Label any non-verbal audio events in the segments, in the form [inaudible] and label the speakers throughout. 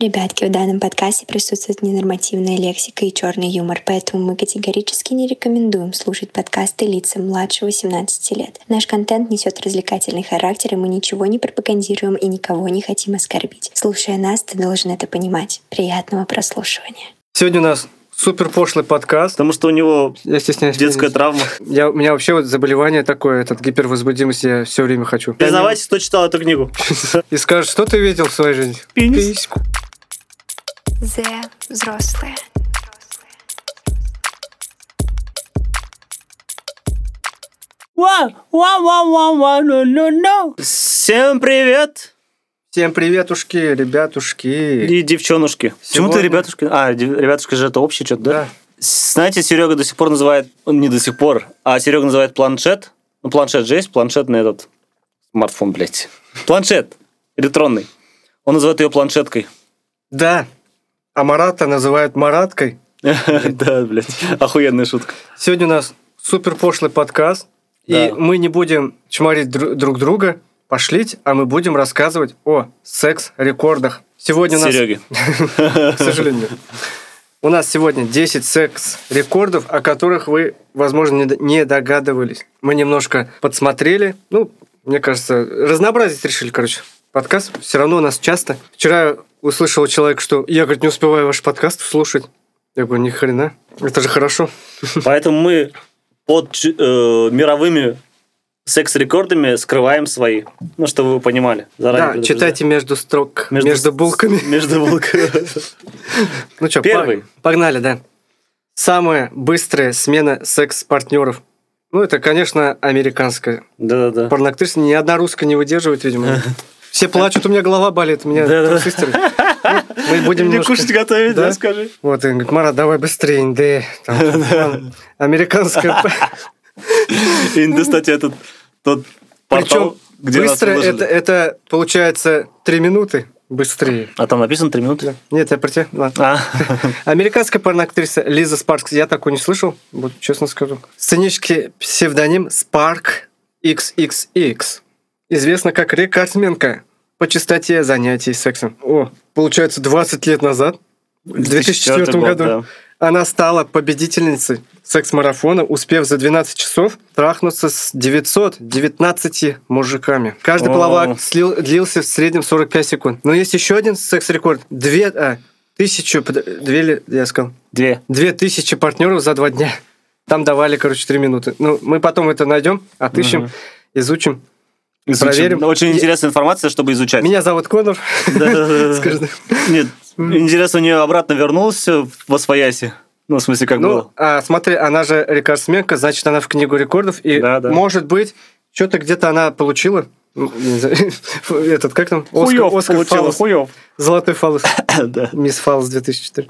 Speaker 1: Ребятки, в данном подкасте присутствует ненормативная лексика и черный юмор, поэтому мы категорически не рекомендуем слушать подкасты лицам младше 18 лет. Наш контент несет развлекательный характер, и мы ничего не пропагандируем и никого не хотим оскорбить. Слушая нас, ты должен это понимать. Приятного прослушивания.
Speaker 2: Сегодня у нас супер пошлый подкаст.
Speaker 3: Потому что у него
Speaker 2: Я стесняюсь.
Speaker 3: детская
Speaker 2: признать.
Speaker 3: травма.
Speaker 2: Я, у меня вообще вот заболевание такое, этот гипервозбудимость, я все время хочу.
Speaker 3: Признавайтесь, кто читал
Speaker 2: [laughs]
Speaker 3: эту книгу.
Speaker 2: И скажешь, что ты видел в своей жизни?
Speaker 3: Пенис.
Speaker 2: Письку.
Speaker 1: The взрослые.
Speaker 3: ну, Всем привет!
Speaker 2: Всем приветушки, ребятушки.
Speaker 3: И девчонушки. Почему ты
Speaker 2: Сегодня-
Speaker 3: ребятушки? А, де- ребятушки же это общее что-то, да?
Speaker 2: Да.
Speaker 3: С- Знаете, Серега до сих пор называет... он Не до сих пор, а Серега называет планшет. Ну, планшет же есть, планшет на этот... Смартфон, блядь. Планшет. Электронный. Он называет ее планшеткой. [laughs]
Speaker 2: Да. А Марата называют Мараткой.
Speaker 3: Да, блядь. Охуенная шутка.
Speaker 2: Сегодня у нас супер пошлый подкаст. И
Speaker 3: Да.
Speaker 2: мы не будем чморить дру- друг друга, пошлить, а мы будем рассказывать о секс-рекордах. Сегодня у нас
Speaker 3: Сереги.
Speaker 2: к сожалению. У нас сегодня 10 секс-рекордов, о которых вы, возможно, не д- не догадывались. Мы немножко подсмотрели. Ну, мне кажется, разнообразить решили, короче. Подкаст все равно у нас часто. Вчера услышал человек, что я, говорит, не успеваю ваш подкаст слушать. Я говорю, ни хрена. Это же хорошо.
Speaker 3: Поэтому мы под ч- э, мировыми секс-рекордами скрываем свои. Ну, чтобы вы понимали. Заранее
Speaker 2: да,
Speaker 3: предупреждаю.
Speaker 2: читайте между строк, между, булками.
Speaker 3: [laughs] Между булками.
Speaker 2: Ну что,
Speaker 3: Первый.
Speaker 2: погнали, да. Самая быстрая смена секс-партнеров. Ну, это, конечно, американская.
Speaker 3: Да-да-да.
Speaker 2: Порноактриса ни одна русская не выдерживает, видимо. Все плачут, у меня голова болит, у меня
Speaker 3: Да-да-да.
Speaker 2: трусы стирают. Ну, Мы будем
Speaker 3: Мне
Speaker 2: немножко...
Speaker 3: кушать готовить, да,
Speaker 2: Да?
Speaker 3: скажи.
Speaker 2: Вот, и он говорит, Марат, давай быстрее, да. Там, там, [laughs] Американская...
Speaker 3: Инда, кстати, этот тот портал,
Speaker 2: Причем
Speaker 3: где нас
Speaker 2: быстро
Speaker 3: выложили.
Speaker 2: это, это получается три минуты быстрее.
Speaker 3: А там написано три минуты?
Speaker 2: Нет, я про тебя. ладно.
Speaker 3: А.
Speaker 2: [laughs] Американская порноактриса Лиза Спаркс, я такой не слышал, вот честно скажу. Сценический псевдоним Спарк XXX. Известна как рекордсменка по частоте занятий сексом. О, получается, 20 лет назад, в 2004 году, она стала победительницей секс-марафона, успев за 12 часов трахнуться с 919 мужиками. Каждый
Speaker 3: О.
Speaker 2: половак слил- длился в среднем 45 секунд. Но есть еще один секс-рекорд. Две... А, тысячу... под- Две ли... Я сказал.
Speaker 3: Две.
Speaker 2: Две тысячи партнеров за два дня. Там давали, короче, три минуты. Ну, мы потом это найдем, отыщем,
Speaker 3: Мгм.
Speaker 2: изучим.
Speaker 3: Изучим. Ну,
Speaker 2: Проверим.
Speaker 3: Очень
Speaker 2: Я-
Speaker 3: интересная информация, чтобы изучать.
Speaker 2: Меня зовут Конор. [laughs]
Speaker 3: Да-да-да.
Speaker 2: Скажи.
Speaker 3: Нет, интересно, у нее обратно вернулось во свояси. Ну, в смысле, как было?
Speaker 2: Ну, а, смотри, она же рекордсменка, значит, она в книгу рекордов. И,
Speaker 3: Да, да.
Speaker 2: может быть, что-то где-то она получила. Ну, не знаю, [laughs] Этот, как там?
Speaker 3: Хуёв
Speaker 2: Оскар- Оскар
Speaker 3: получила,
Speaker 2: Фаллос.
Speaker 3: хуёв.
Speaker 2: Золотой фаллос.
Speaker 3: [coughs] Да.
Speaker 2: Мисс Фаллос 2004.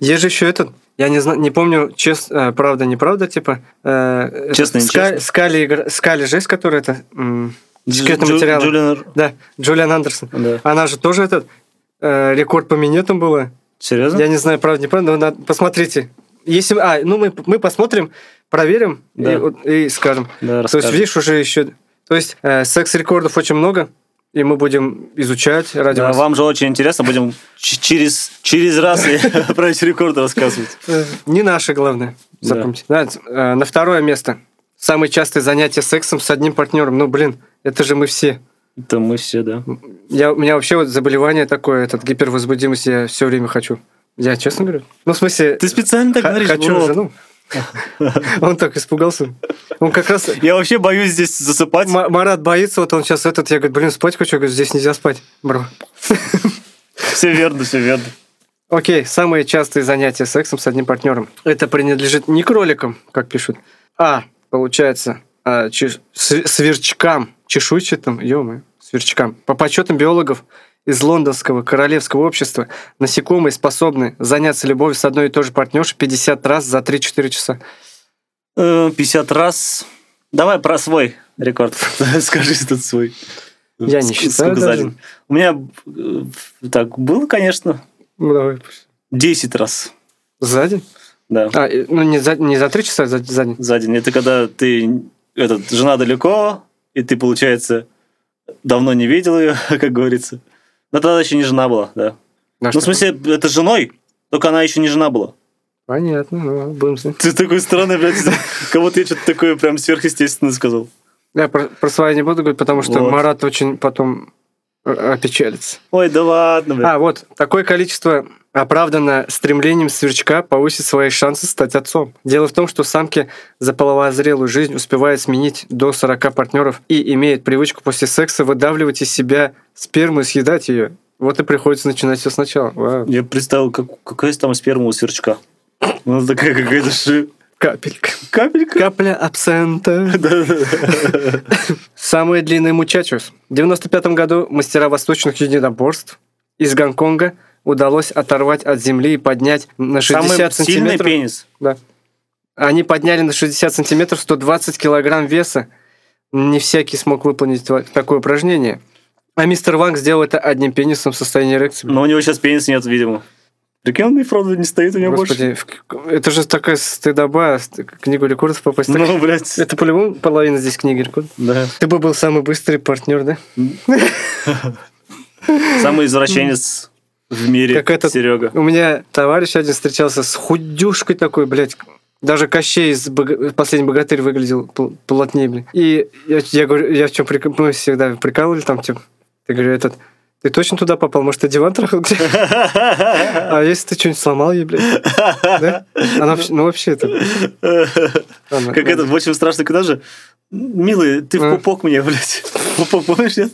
Speaker 2: Есть же еще этот, я не знаю, не помню, честно, правда, неправда, типа. э,
Speaker 3: Честно,
Speaker 2: этот, Ска-
Speaker 3: нечестно.
Speaker 2: Скали, игра- Скали же есть, которая это... м, секретный
Speaker 3: Джу-
Speaker 2: материал.
Speaker 3: Джулиан-
Speaker 2: Да, Джулиан Андерсон.
Speaker 3: Да.
Speaker 2: Она же тоже этот э, рекорд по минетам была.
Speaker 3: Серьезно?
Speaker 2: Я не знаю, правда, не правда, но надо- посмотрите. Если, а, ну мы, мы посмотрим, проверим
Speaker 3: Да.
Speaker 2: и, вот- и скажем.
Speaker 3: Да,
Speaker 2: То есть,
Speaker 3: расскажем.
Speaker 2: видишь, уже еще... То есть, э, секс-рекордов очень много, и мы будем изучать ради
Speaker 3: Да,
Speaker 2: вас.
Speaker 3: вам же очень интересно, будем ч- через, через раз и [laughs] про эти рекорды рассказывать.
Speaker 2: Э, Не наши, главное,
Speaker 3: Да.
Speaker 2: запомните. Да, э, на второе место. Самые частые занятия сексом с одним партнером. Ну, блин, это же мы все.
Speaker 3: Это мы все, да.
Speaker 2: Я, у меня вообще вот заболевание такое, этот гипервозбудимость, я все время хочу. Я честно говорю. Ну, в смысле...
Speaker 3: Ты специально так
Speaker 2: Х-
Speaker 3: говоришь?
Speaker 2: Хочу
Speaker 3: Влад?
Speaker 2: жену. [laughs] Он так испугался. Он как раз...
Speaker 3: Я вообще боюсь здесь засыпать.
Speaker 2: М- Марат боится, вот он сейчас этот, я говорю, блин, спать хочу, я говорю, здесь нельзя спать, бро.
Speaker 3: Все верно, все верно.
Speaker 2: Окей, самые частые занятия сексом с одним партнером. Это принадлежит не кроликам, как пишут, а, получается, а, чеш- св- сверчкам, чешуйчатым, ё сверчкам. По подсчетам биологов из лондонского королевского общества, насекомые способны заняться любовью с одной и той же партнершей 50 раз за 3-4 часа.
Speaker 3: Э, 50 раз. Давай про свой [laughs] рекорд. Скажи этот свой.
Speaker 2: Я не
Speaker 3: Ск-
Speaker 2: считаю
Speaker 3: Сколько за
Speaker 2: даже.
Speaker 3: день? У меня э, так было, конечно,
Speaker 2: Ну, давай. пусть.
Speaker 3: 10 раз.
Speaker 2: За день?
Speaker 3: Да,
Speaker 2: А, э, ну, не за, не за 3 часа, а за, за день.
Speaker 3: за день. Это когда ты, этот, жена далеко, и ты, [laughs] получается, давно не видел ее, как говорится. Но тогда еще не жена была, да.
Speaker 2: Наш
Speaker 3: Ну, в смысле, это с женой, только она еще не жена была. [laughs]
Speaker 2: Понятно, ну, будем знать.
Speaker 3: Ты такой странный, блядь, кого то я что-то такое прям сверхъестественное сказал.
Speaker 2: Я про, про свои не буду говорить, потому что
Speaker 3: Вот.
Speaker 2: Марат очень потом э, опечалится.
Speaker 3: Ой, да ладно, блядь.
Speaker 2: А, вот. Такое количество оправдано стремлением сверчка повысить свои шансы стать отцом. Дело в том, что самки за половозрелую жизнь успевают сменить до 40 партнеров и имеют привычку после секса выдавливать из себя сперму и съедать ее. Вот и приходится начинать все сначала. Вау.
Speaker 3: Я представил, как, какая там сперма у сверчка. У нас такая какая-то ши...
Speaker 2: Капелька.
Speaker 3: капелька.
Speaker 2: Капля
Speaker 3: [laughs]
Speaker 2: абсента.
Speaker 3: Да-да-да.
Speaker 2: Самые длинные мучачус. В 95 году мастера восточных единоборств из Гонконга удалось оторвать от земли и поднять на 60
Speaker 3: Самый сильный
Speaker 2: сантиметров.
Speaker 3: пенис.
Speaker 2: Да. Они подняли на 60 сантиметров 120 килограмм веса. Не всякий смог выполнить тва- такое упражнение. А мистер Ванг сделал это одним пенисом в состоянии эрекции.
Speaker 3: Но у него сейчас пениса нет, видимо. Прикинь, он и правда не стоит у него больше.
Speaker 2: Господи, в к- это же такая стыдоба, ст- к книгу рекордов попасть. Так-
Speaker 3: [laughs] Ну, блядь.
Speaker 2: Это по-любому половина здесь книги рекордов.
Speaker 3: Да.
Speaker 2: Ты бы был самый быстрый партнер, да?
Speaker 3: Самый извращенец в мире,
Speaker 2: Как этот- [laughs]
Speaker 3: Серега.
Speaker 2: У меня товарищ один встречался с худюшкой такой, блядь. Даже Кощей из «Бога- «Последний богатырь» выглядел пл- плотнее, блин. И я, я говорю, я в чем прик... мы всегда прикалывали там, типа, я говорю, этот, ты точно туда попал? Может, ты диван трахал? [laughs] где?» А если ты что-нибудь сломал ей, блядь? Да? Она вообще, ну вообще это... она-
Speaker 3: Как этот, в очень страшно, когда же? Милый, ты в
Speaker 2: А.
Speaker 3: пупок мне, [laughs] блядь. Пупок, помнишь, нет?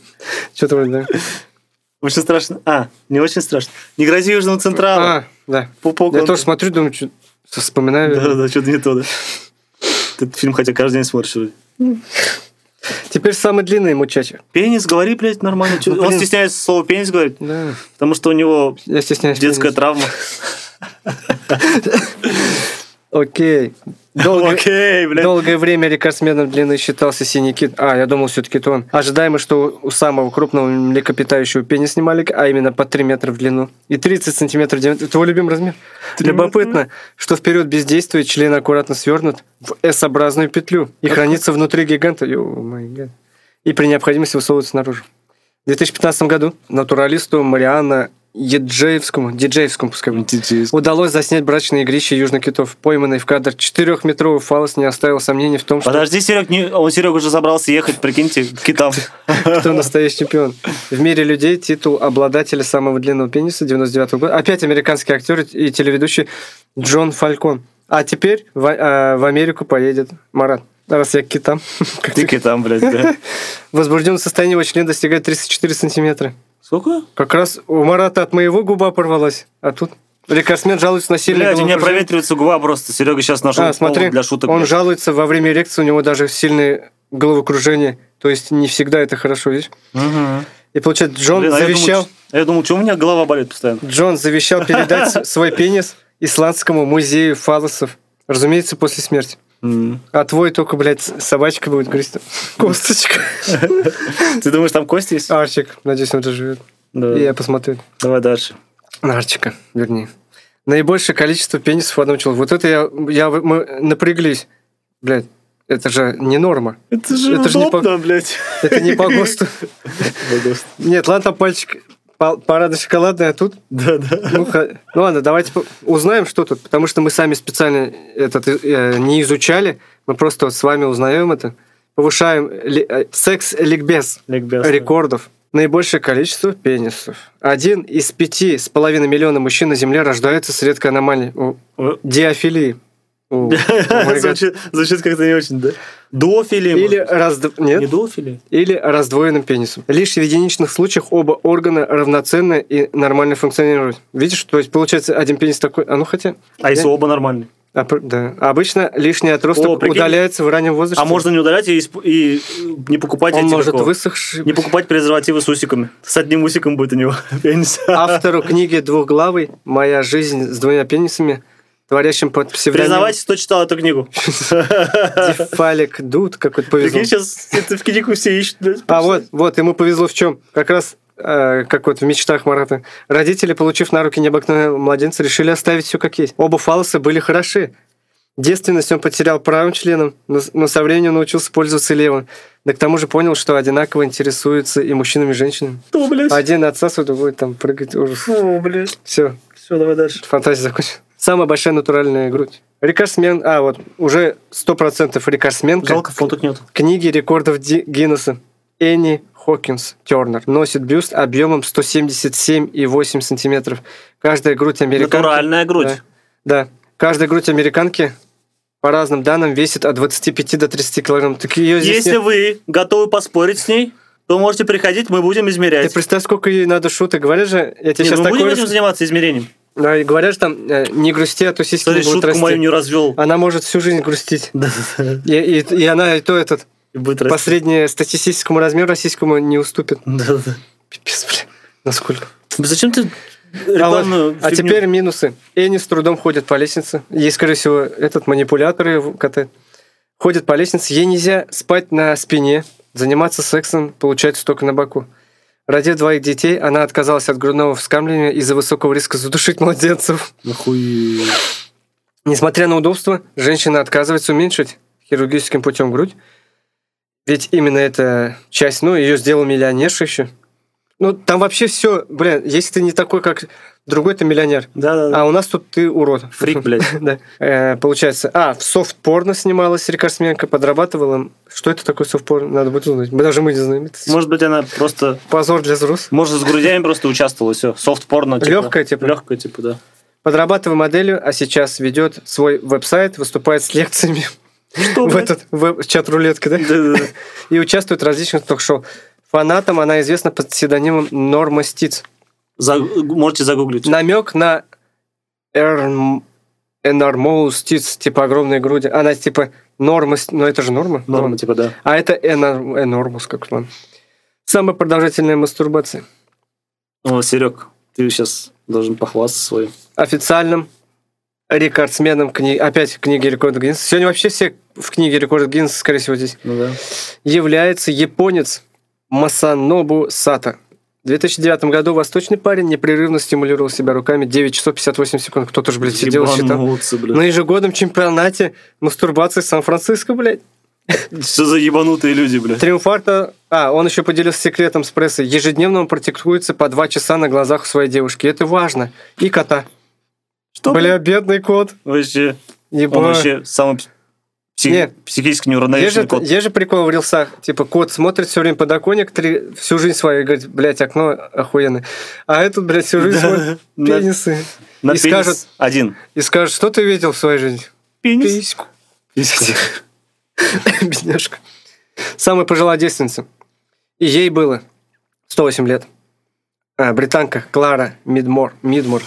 Speaker 2: Что-то вроде, да.
Speaker 3: Очень страшно. А, не очень страшно. Не грози Южному Централу.
Speaker 2: А, да.
Speaker 3: Пупок.
Speaker 2: Я
Speaker 3: он-
Speaker 2: тоже смотрю, думаю, что вспоминаю.
Speaker 3: Да, да, что-то не то, да. Ты этот фильм хотя каждый день смотришь. вроде.
Speaker 2: Теперь самый длинный мучача.
Speaker 3: Пенис, говори, блядь, нормально. Чё-
Speaker 2: Ну,
Speaker 3: Он
Speaker 2: блин.
Speaker 3: стесняется слова пенис говорить,
Speaker 2: Да.
Speaker 3: потому что у него
Speaker 2: Я стесняюсь.
Speaker 3: детская
Speaker 2: пениса.
Speaker 3: травма.
Speaker 2: Окей. Долго,
Speaker 3: [laughs] Окей, блядь.
Speaker 2: Долгое время рекордсменом длины считался синий кит. А, я думал, все-таки это он. Ожидаемо, что у самого крупного млекопитающего пенис снимали, а именно по 3 метра в длину. И 30 сантиметров в диаметре. Твой любимый размер?
Speaker 3: Три
Speaker 2: Любопытно, что в период бездействия член аккуратно свернут в S-образную петлю и хранится внутри гиганта. Ё, май гад. И при необходимости высовывается наружу. В 2015 году натуралисту Мариана Еджеевскому, диджеевскому пускай, будет, Удалось заснять брачные игрища южных китов. Пойманный в кадр четырехметровый фалос не оставил сомнений в том, что
Speaker 3: Подожди, Серег, не- он Серега уже забрался ехать, прикиньте, к китам.
Speaker 2: кто настоящий чемпион. В мире людей титул обладателя самого длинного пениса 99 года. Опять американский актер и телеведущий Джон Фалькон. А теперь в, а, в Америку поедет Марат. Раз я к китам. [laughs]
Speaker 3: Ты к китам, блядь, да.
Speaker 2: Возбужденное состояние его члена достигает 34 сантиметра.
Speaker 3: Сколько?
Speaker 2: Как раз у Марата от моего губа порвалась. А тут рекордсмен жалуется на сильное
Speaker 3: Блядь, у меня
Speaker 2: головокружение.
Speaker 3: проветривается губа просто. Серега сейчас нашел
Speaker 2: А, смотри,
Speaker 3: повод для шуток.
Speaker 2: он
Speaker 3: блядь.
Speaker 2: жалуется во время эрекции, у него даже сильные головокружения. То есть не всегда это хорошо, видишь?
Speaker 3: Мгм.
Speaker 2: И получается, Джон
Speaker 3: Блин, а я думал,
Speaker 2: завещал,
Speaker 3: ч- а Я думал, что у меня голова болит постоянно.
Speaker 2: Джон завещал передать
Speaker 3: [laughs]
Speaker 2: с- свой пенис исландскому музею фалосов. Разумеется, после смерти.
Speaker 3: Ты
Speaker 2: А твой только, блядь, с- собачка будет грызть.
Speaker 3: [laughs]
Speaker 2: Косточка.
Speaker 3: думаешь, там кости есть?
Speaker 2: Арчик, надеюсь, он доживет.
Speaker 3: Да.
Speaker 2: И А, я посмотрю.
Speaker 3: Давай дальше.
Speaker 2: На Арчика, вернее. Наибольшее количество пенисов в одном человеке. Вот это я, я, мы напряглись. Блядь, это же не норма.
Speaker 3: Это же
Speaker 2: Это же не
Speaker 3: удобно, блядь.
Speaker 2: Это не по ГОСТу. Нет, ладно, там пальчик пал- парадно шоколадный, а тут...
Speaker 3: Да, да.
Speaker 2: Ну, ха- ну ладно, давайте по- узнаем, что тут, потому что мы сами специально этот э, не изучали, мы просто вот с вами узнаем это. Повышаем ли- э, секс-ликбез рекордов. Наибольшее количество пенисов. Один из пяти с половиной миллиона мужчин на Земле рождается с редкой аномалией. О, диафилии. О, о
Speaker 3: [laughs]
Speaker 2: май гад.
Speaker 3: Звучит звучит как-то не очень, да? Дуофили.
Speaker 2: Или,
Speaker 3: может.
Speaker 2: разд- нет,
Speaker 3: Не дуофили?
Speaker 2: или раздвоенным пенисом. Лишь в единичных случаях оба органа равноценно и нормально функционируют. Видишь, то есть получается один пенис такой, а ну хотя...
Speaker 3: А если оба нормальные?
Speaker 2: А, пр- да. Обычно лишний отросток
Speaker 3: О, прикинь.
Speaker 2: удаляется в раннем возрасте.
Speaker 3: А можно не удалять и исп- и э, не покупать
Speaker 2: Он
Speaker 3: эти,
Speaker 2: может
Speaker 3: какого?
Speaker 2: высохший.
Speaker 3: Не покупать презервативы с усиками. С одним усиком будет у него [laughs]
Speaker 2: А
Speaker 3: пенис.
Speaker 2: Автору книги «Двухглавый. Моя жизнь с двумя пенисами», творящим под псевдонимом
Speaker 3: Признавайтесь, кто читал эту книгу.
Speaker 2: Дефалик Дуд, какой-то повезло.
Speaker 3: Прикинь, сейчас это в книгу все ищут. блядь.
Speaker 2: А вот, вот, ему повезло в чем? Как раз э, как вот в мечтах Марата. Родители, получив на руки необыкновенного младенца, решили оставить все как есть. Оба фалоса были хороши. Девственность он потерял правым членом, но, но со временем научился пользоваться левым. Да к тому же понял, что одинаково интересуются и мужчинами, и женщинами.
Speaker 4: О, блядь.
Speaker 2: Один отсасывает, другой там прыгать.
Speaker 4: О, блядь.
Speaker 2: Все,
Speaker 4: Все, давай дальше.
Speaker 2: фантазия закончилась. Самая большая натуральная грудь. Рекордсмен, а вот, уже 100% рекордсменка.
Speaker 4: Жалко, фоток нет.
Speaker 2: Книги рекордов Ди- Гиннесса. Энни Хокинс Тернер носит бюст объемом 177,8 сантиметров. Каждая грудь американки...
Speaker 3: Натуральная грудь.
Speaker 2: Да. Да. Каждая грудь американки, по разным данным, весит от 25 до 30 килограмм. Так ее здесь
Speaker 3: Если
Speaker 2: нет.
Speaker 3: вы готовы поспорить с ней, то можете приходить, мы будем
Speaker 2: Ты
Speaker 3: измерять.
Speaker 2: представь, сколько ей надо шуток. Говорят же, я тебе
Speaker 3: Не,
Speaker 2: сейчас
Speaker 3: ну мы будем
Speaker 2: такое...
Speaker 3: этим заниматься измерением.
Speaker 2: Да, и говорят же там, э, не грусти, а то сиськи
Speaker 3: Смотри,
Speaker 2: не будут
Speaker 3: шутку
Speaker 2: расти. А,
Speaker 3: мою не развел.
Speaker 2: Она может всю жизнь грустить.
Speaker 3: Да-да-да.
Speaker 2: И, и- и она и то этот
Speaker 3: И будет расти.
Speaker 2: по средне- статистическому размеру российскому не уступит.
Speaker 3: Да-да-да.
Speaker 2: Пипец, бля. Насколько?
Speaker 3: Зачем ты
Speaker 2: А, вот,
Speaker 3: рекламную
Speaker 2: а
Speaker 3: фигню?
Speaker 2: теперь минусы. Энни с трудом ходит по лестнице. Ей, скорее всего, этот манипулятор ее катает. Ходит по лестнице. Ей нельзя спать на спине, заниматься сексом, получается только на боку. Родив двоих детей, она отказалась от грудного вскармливания из-за высокого риска задушить младенцев.
Speaker 4: Нахуй.
Speaker 2: Несмотря на удобство, женщина отказывается уменьшить хирургическим путем грудь. Ведь именно эта часть, ну, ее сделал миллионерша еще. Ну, там вообще все, блин, если ты не такой, как другой, ты миллионер.
Speaker 3: Да-да-да.
Speaker 2: А у нас тут ты урод.
Speaker 3: [laughs] Фрик, блядь.
Speaker 2: Да. Э, Получается, а, в софт-порно снималась рекордсменка, подрабатывала. Что это такое софт-порно? Надо будет узнать. Мы даже мы не знаем. Это
Speaker 3: Может быть, она просто...
Speaker 2: Позор для взрослых.
Speaker 3: Может, с грудями просто участвовала, все. Софт-порно. Типа.
Speaker 2: Легкая, типа.
Speaker 3: Легкая, типа, да.
Speaker 2: Подрабатывая моделью, а сейчас ведет свой веб-сайт, выступает с лекциями [laughs]
Speaker 3: Что,
Speaker 2: в
Speaker 3: блядь?
Speaker 2: этот веб- чат рулетки, да?
Speaker 3: Да-да-да.
Speaker 2: И участвует в различных ток-шоу. Фанатам она известна под псевдонимом Норма Стиц.
Speaker 3: За- Можете загуглить.
Speaker 2: Намек на эрм- Enormous Tits, типа огромные груди. Она типа норма, Ст- но это же норма.
Speaker 3: Норма, типа, да.
Speaker 2: А это энор- энормус, как он. Самая продолжительная мастурбация.
Speaker 3: О, Серег, ты сейчас должен похвастаться своим.
Speaker 2: Официальным рекордсменом книги, опять книги рекорда Гиннесса. Сегодня вообще все в книге рекорда Гиннесса, скорее всего, здесь
Speaker 3: Ну да.
Speaker 2: является японец Масанобу Сата. В 2009 году восточный парень непрерывно стимулировал себя руками 9 часов 58 секунд. Кто-то же, блядь, сидел и считал.
Speaker 3: Ебануться, блядь.
Speaker 2: На ежегодном чемпионате мастурбации Сан-Франциско, блядь. Ну,
Speaker 3: Что за ебанутые люди, блядь?
Speaker 2: Триумфарта... А, он еще поделился секретом с прессой. Ежедневно он практикуется по два часа на глазах у своей девушки. Это важно. И кота.
Speaker 3: Что,
Speaker 2: Бля, бедный кот.
Speaker 3: Вообще, он
Speaker 2: Еба.
Speaker 3: вообще самый пс- пси-
Speaker 2: Нет.
Speaker 3: психически
Speaker 2: Есть же,
Speaker 3: неуравновешенный кот.
Speaker 2: есть же прикол в рилсах, типа кот смотрит все время подоконник, три, всю жизнь свою и говорит, блядь, окно охуенное. А этот, блядь, всю жизнь
Speaker 3: Да,
Speaker 2: смотрит
Speaker 3: на-
Speaker 2: пенисы.
Speaker 3: На
Speaker 2: и
Speaker 3: пенис
Speaker 2: скажет-
Speaker 3: один.
Speaker 2: И скажет, что ты видел в своей жизни?
Speaker 3: Пенис.
Speaker 2: Письку. [laughs] Бедняжка. Самая пожилая девственница. И ей было 108 лет. А, британка Клара Мидмор, Мидмор.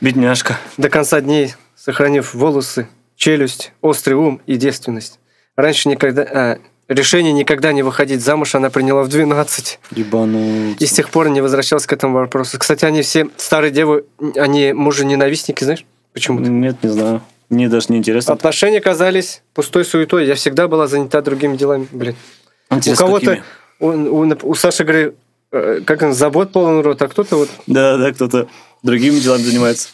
Speaker 3: Бедняжка.
Speaker 2: До конца дней сохранив волосы, челюсть, острый ум и девственность. Раньше никогда... а, решение никогда не выходить замуж она приняла в 12. И с
Speaker 3: Ебануться.
Speaker 2: тех пор не возвращалась к этому вопросу. Кстати, они все старые девы, они мужа-ненавистники, знаешь? Почему-то.
Speaker 3: Нет, не знаю. Мне даже не интересно.
Speaker 2: Отношения казались пустой суетой. Я всегда была занята другими делами. Блин. А у
Speaker 3: Интересно,
Speaker 2: кого-то...
Speaker 3: какими?
Speaker 2: У, у, нап- у Саши Грей, э, как он, забот полон рот, а кто-то вот...
Speaker 3: Да, да, кто-то другими делами занимается.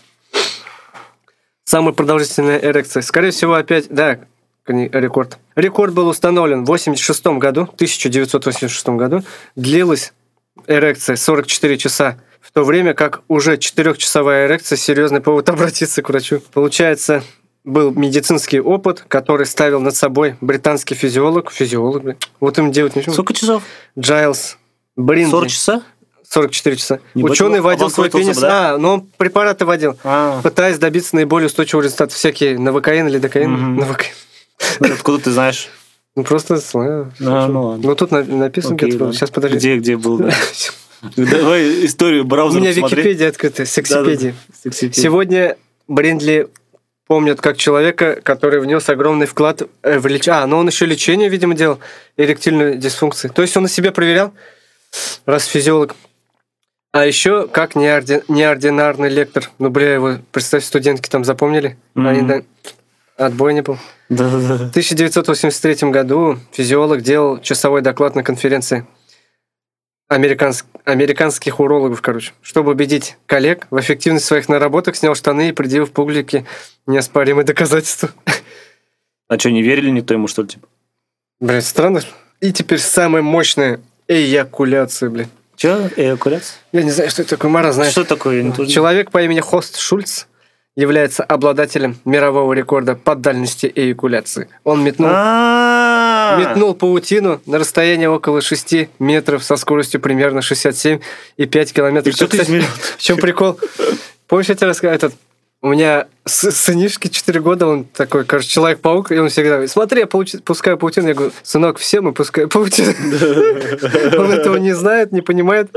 Speaker 2: Самая продолжительная эрекция. Скорее всего, опять... Да, кни- рекорд. Рекорд был установлен в 86 году, 1986 году. Длилась эрекция 44 часа, в то время как уже 4-часовая эрекция – серьезный повод [laughs] обратиться к врачу. Получается, был медицинский опыт, который ставил над собой британский физиолог. Физиолог, блин. Вот им делать ничего.
Speaker 3: Сколько часов?
Speaker 2: Джайлз Бринли.
Speaker 3: 40 часа?
Speaker 2: 44 часа.
Speaker 3: Ебать,
Speaker 2: Ученый
Speaker 3: он
Speaker 2: водил свой
Speaker 3: обанкротился
Speaker 2: пенис.
Speaker 3: бы, да?
Speaker 2: А, но он препараты водил
Speaker 3: А,
Speaker 2: пытаясь добиться наиболее устойчивого результата. Всякие навокаин или докаин.
Speaker 3: Мгм.
Speaker 2: Навокаин.
Speaker 3: откуда ты знаешь?
Speaker 2: Ну, просто знаю.
Speaker 3: А, ну ладно.
Speaker 2: Ну, тут на- написано
Speaker 3: Окей,
Speaker 2: где-то.
Speaker 3: ладно.
Speaker 2: Сейчас подожди.
Speaker 3: Где, где
Speaker 2: [laughs]
Speaker 3: был? да? [laughs] Давай историю
Speaker 2: У
Speaker 3: браузера
Speaker 2: меня
Speaker 3: посмотри.
Speaker 2: Википедия открыта, сексипедия.
Speaker 3: Сексипедия.
Speaker 2: Сегодня Брендли помнят как человека, который внес огромный вклад э, в лечение. А, но он еще лечение, видимо, делал эректильную дисфункцию. То есть он на себе проверял, раз физиолог. А еще как неорди- неординарный лектор. Ну, бля, его, представь, студентки там запомнили. Они
Speaker 3: Мгм.
Speaker 2: да, отбой не был.
Speaker 3: Да-да-да.
Speaker 2: В 1983 году физиолог делал часовой доклад на конференции. американск- американских урологов, короче. Чтобы убедить коллег в эффективности своих наработок, снял штаны и предъявил в публике неоспоримые доказательства.
Speaker 3: А что, не верили никто ему, что ли, типа?
Speaker 2: Блять, странно. И теперь самая мощная эякуляция, блин.
Speaker 3: Че, эякуляция?
Speaker 2: Я не знаю, что это такое, Мара знает.
Speaker 3: Э, Что такое? Я не тоже не-
Speaker 2: Человек по имени Хост Шульц является обладателем мирового рекорда по дальности эякуляции. Он метнул,
Speaker 3: А-а-а!
Speaker 2: ну, метнул паутину на расстояние около 6 метров со скоростью примерно 67,5
Speaker 3: И
Speaker 2: километров.
Speaker 3: кто-то
Speaker 2: Кстати,
Speaker 3: измерил.
Speaker 2: В чем прикол? Помнишь, я тебе рассказал, этот, у меня с- сынишке 4 года, он такой, короче, человек-паук, и он всегда говорит, смотри, я пауч- пускаю паутину. Я говорю, сынок, все мы пускаем
Speaker 3: [laughs]
Speaker 2: паутину. Он этого не знает, не понимает.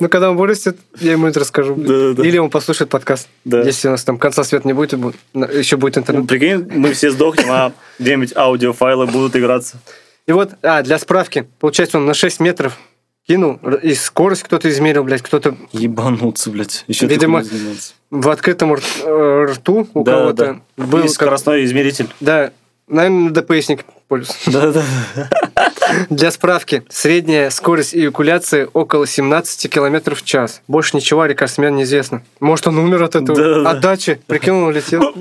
Speaker 2: Но когда он вырастет, я ему это расскажу.
Speaker 3: Да-да-да.
Speaker 2: Или он послушает подкаст.
Speaker 3: Да.
Speaker 2: Если у нас там конца света не будет, еще будет интернет.
Speaker 3: Ну, Прикинь, мы все сдохнем, а где-нибудь аудиофайлы будут играться.
Speaker 2: И вот, а, для справки, получается, он на 6 метров кинул, р- и скорость кто-то измерил, блядь, кто-то
Speaker 3: Ебануться, блядь. Еще
Speaker 2: Видимо,
Speaker 3: таким заниматься.
Speaker 2: в открытом р- э, рту у
Speaker 3: Да,
Speaker 2: кого-то
Speaker 3: да.
Speaker 2: был...
Speaker 3: И
Speaker 2: как-
Speaker 3: скоростной измеритель.
Speaker 2: Да, наверное, ДПСник пользуется.
Speaker 3: Да-да.
Speaker 2: [laughs] Для справки, средняя скорость эякуляции около 17 км в час. Больше ничего о рекордсмен неизвестно. Может, он умер от этого,
Speaker 3: Да-да-да.
Speaker 2: от дачи, прикинул,
Speaker 3: [laughs]
Speaker 2: улетел.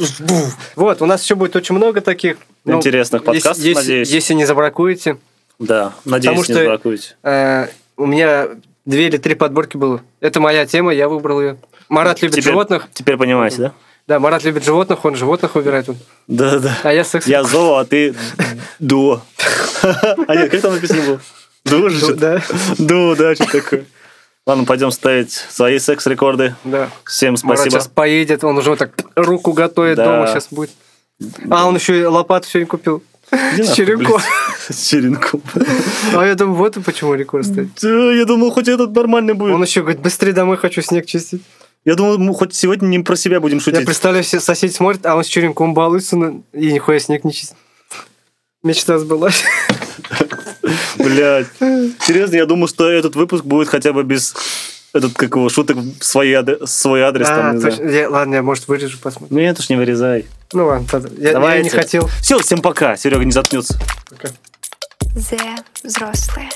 Speaker 2: Вот, у нас еще будет очень много таких. ну,
Speaker 3: Интересных
Speaker 2: если-
Speaker 3: подкастов,
Speaker 2: если,
Speaker 3: надеюсь.
Speaker 2: Если не забракуете.
Speaker 3: Да,
Speaker 2: Потому
Speaker 3: надеюсь, не
Speaker 2: что-
Speaker 3: бракуете.
Speaker 2: Э, у меня две или три подборки было. Это моя тема, я выбрал ее. Марат любит
Speaker 3: Теперь-
Speaker 2: животных.
Speaker 3: Теперь понимаете, да?
Speaker 2: Да, Марат любит животных, он животных выбирает. Он-
Speaker 3: Да-да.
Speaker 2: А я секс.
Speaker 3: Я Зоо, а ты Дуо. А нет, как там написано было? Дуо же что-то?
Speaker 2: Да,
Speaker 3: Дуо, да, что такое. Ладно, пойдем ставить свои секс-рекорды.
Speaker 2: да.
Speaker 3: Всем
Speaker 2: Марат
Speaker 3: спасибо.
Speaker 2: сейчас поедет, он уже вот так руку готовит,
Speaker 3: Да.
Speaker 2: дома сейчас будет. А, он еще и лопату сегодня купил. [laughs]
Speaker 3: Иди нахуй,
Speaker 2: Черенко.
Speaker 3: блядь. [laughs] С Черенком.
Speaker 2: А я думаю, вот и почему рекорд стоит.
Speaker 3: Да, Я думал, хоть этот нормальный
Speaker 2: Он
Speaker 3: будет.
Speaker 2: еще говорит, быстрее домой хочу снег чистить.
Speaker 3: Я думал, мы хоть сегодня не про себя будем
Speaker 2: Я
Speaker 3: шутить.
Speaker 2: представляю, все соседи смотрят, а он с черенком балуется, но- и нихуя снег не чистит. Мечта сбылась.
Speaker 3: Блять. Серьезно, я думал, что этот выпуск будет хотя бы без этот, как его, шуток в свои аде- свой адрес.
Speaker 2: А,
Speaker 3: там, не знаю.
Speaker 2: точно. Я- Ладно, я, может, вырежу, посмотрим.
Speaker 3: Нет уж, не вырезай.
Speaker 2: Ну ладно, тогда. я- я,
Speaker 3: Давайте.
Speaker 2: не хотел.
Speaker 3: Все, всем пока. Серега не заткнется.
Speaker 2: Пока.
Speaker 1: The взрослые.